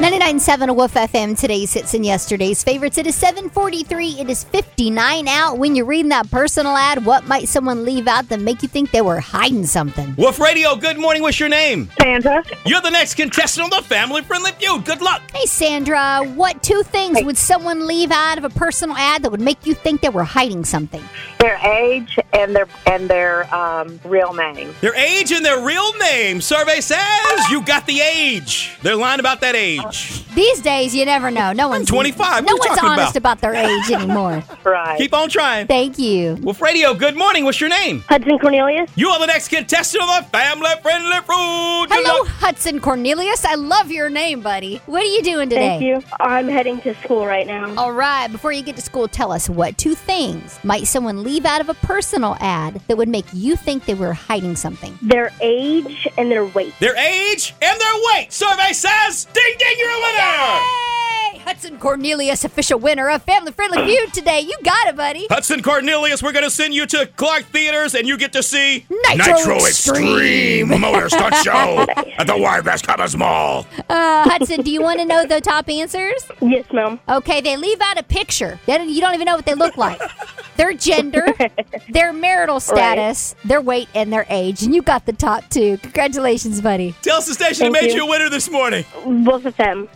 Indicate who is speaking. Speaker 1: 99.7 Wolf FM, today's hits and yesterday's favorites. It is 743. It is 59 out. When you're reading that personal ad, what might someone leave out that make you think they were hiding something?
Speaker 2: Wolf Radio, good morning. What's your name?
Speaker 3: Santa.
Speaker 2: You're the next contestant on the Family Friendly Feud. Good luck.
Speaker 1: Hey, Sandra, what two things would someone leave out of a personal ad that would make you think they were hiding something?
Speaker 3: Their age and their and their um, real name.
Speaker 2: Their age and their real name. Survey says you got the age. They're lying about that age.
Speaker 1: These days, you never know. No one's
Speaker 2: 25.
Speaker 1: No
Speaker 2: What are you
Speaker 1: one's
Speaker 2: talking about?
Speaker 1: honest about? their age anymore.
Speaker 3: Right.
Speaker 2: Keep on trying.
Speaker 1: Thank you.
Speaker 2: Wolf Radio, good morning. What's your name?
Speaker 4: Hudson Cornelius.
Speaker 2: You are the next contestant on the Family Friendly Feud. Good
Speaker 1: Hello,
Speaker 2: luck.
Speaker 1: Hudson Cornelius. I love your name, buddy. What are you doing today?
Speaker 4: Thank you. I'm heading to school right now.
Speaker 1: All right, before you get to school, tell us what two things might someone leave out of a personal ad that would make you think they were hiding something?
Speaker 4: Their age and their weight.
Speaker 2: Their age and their weight. Survey says ding ding, you're a winner.
Speaker 1: Hey, Hudson Cornelius, official winner of Family Friendly Feud today. You got it, buddy.
Speaker 2: Hudson Cornelius, we're going to send you to Clark Theaters and you get to see
Speaker 1: Nitro Extreme.
Speaker 2: Motor Stunt Show at the Wiregrass Commons Mall.
Speaker 1: Uh, Hudson, do you want to know the top answers?
Speaker 4: Yes, ma'am.
Speaker 1: Okay, they leave out a picture. They don't, you don't even know what they look like. Their gender, their marital status, their weight, and their age. And you got the top two. Congratulations, buddy.
Speaker 2: Tell us the station that
Speaker 4: Thank
Speaker 2: made
Speaker 4: you.
Speaker 2: you a winner this morning.
Speaker 4: Both of them.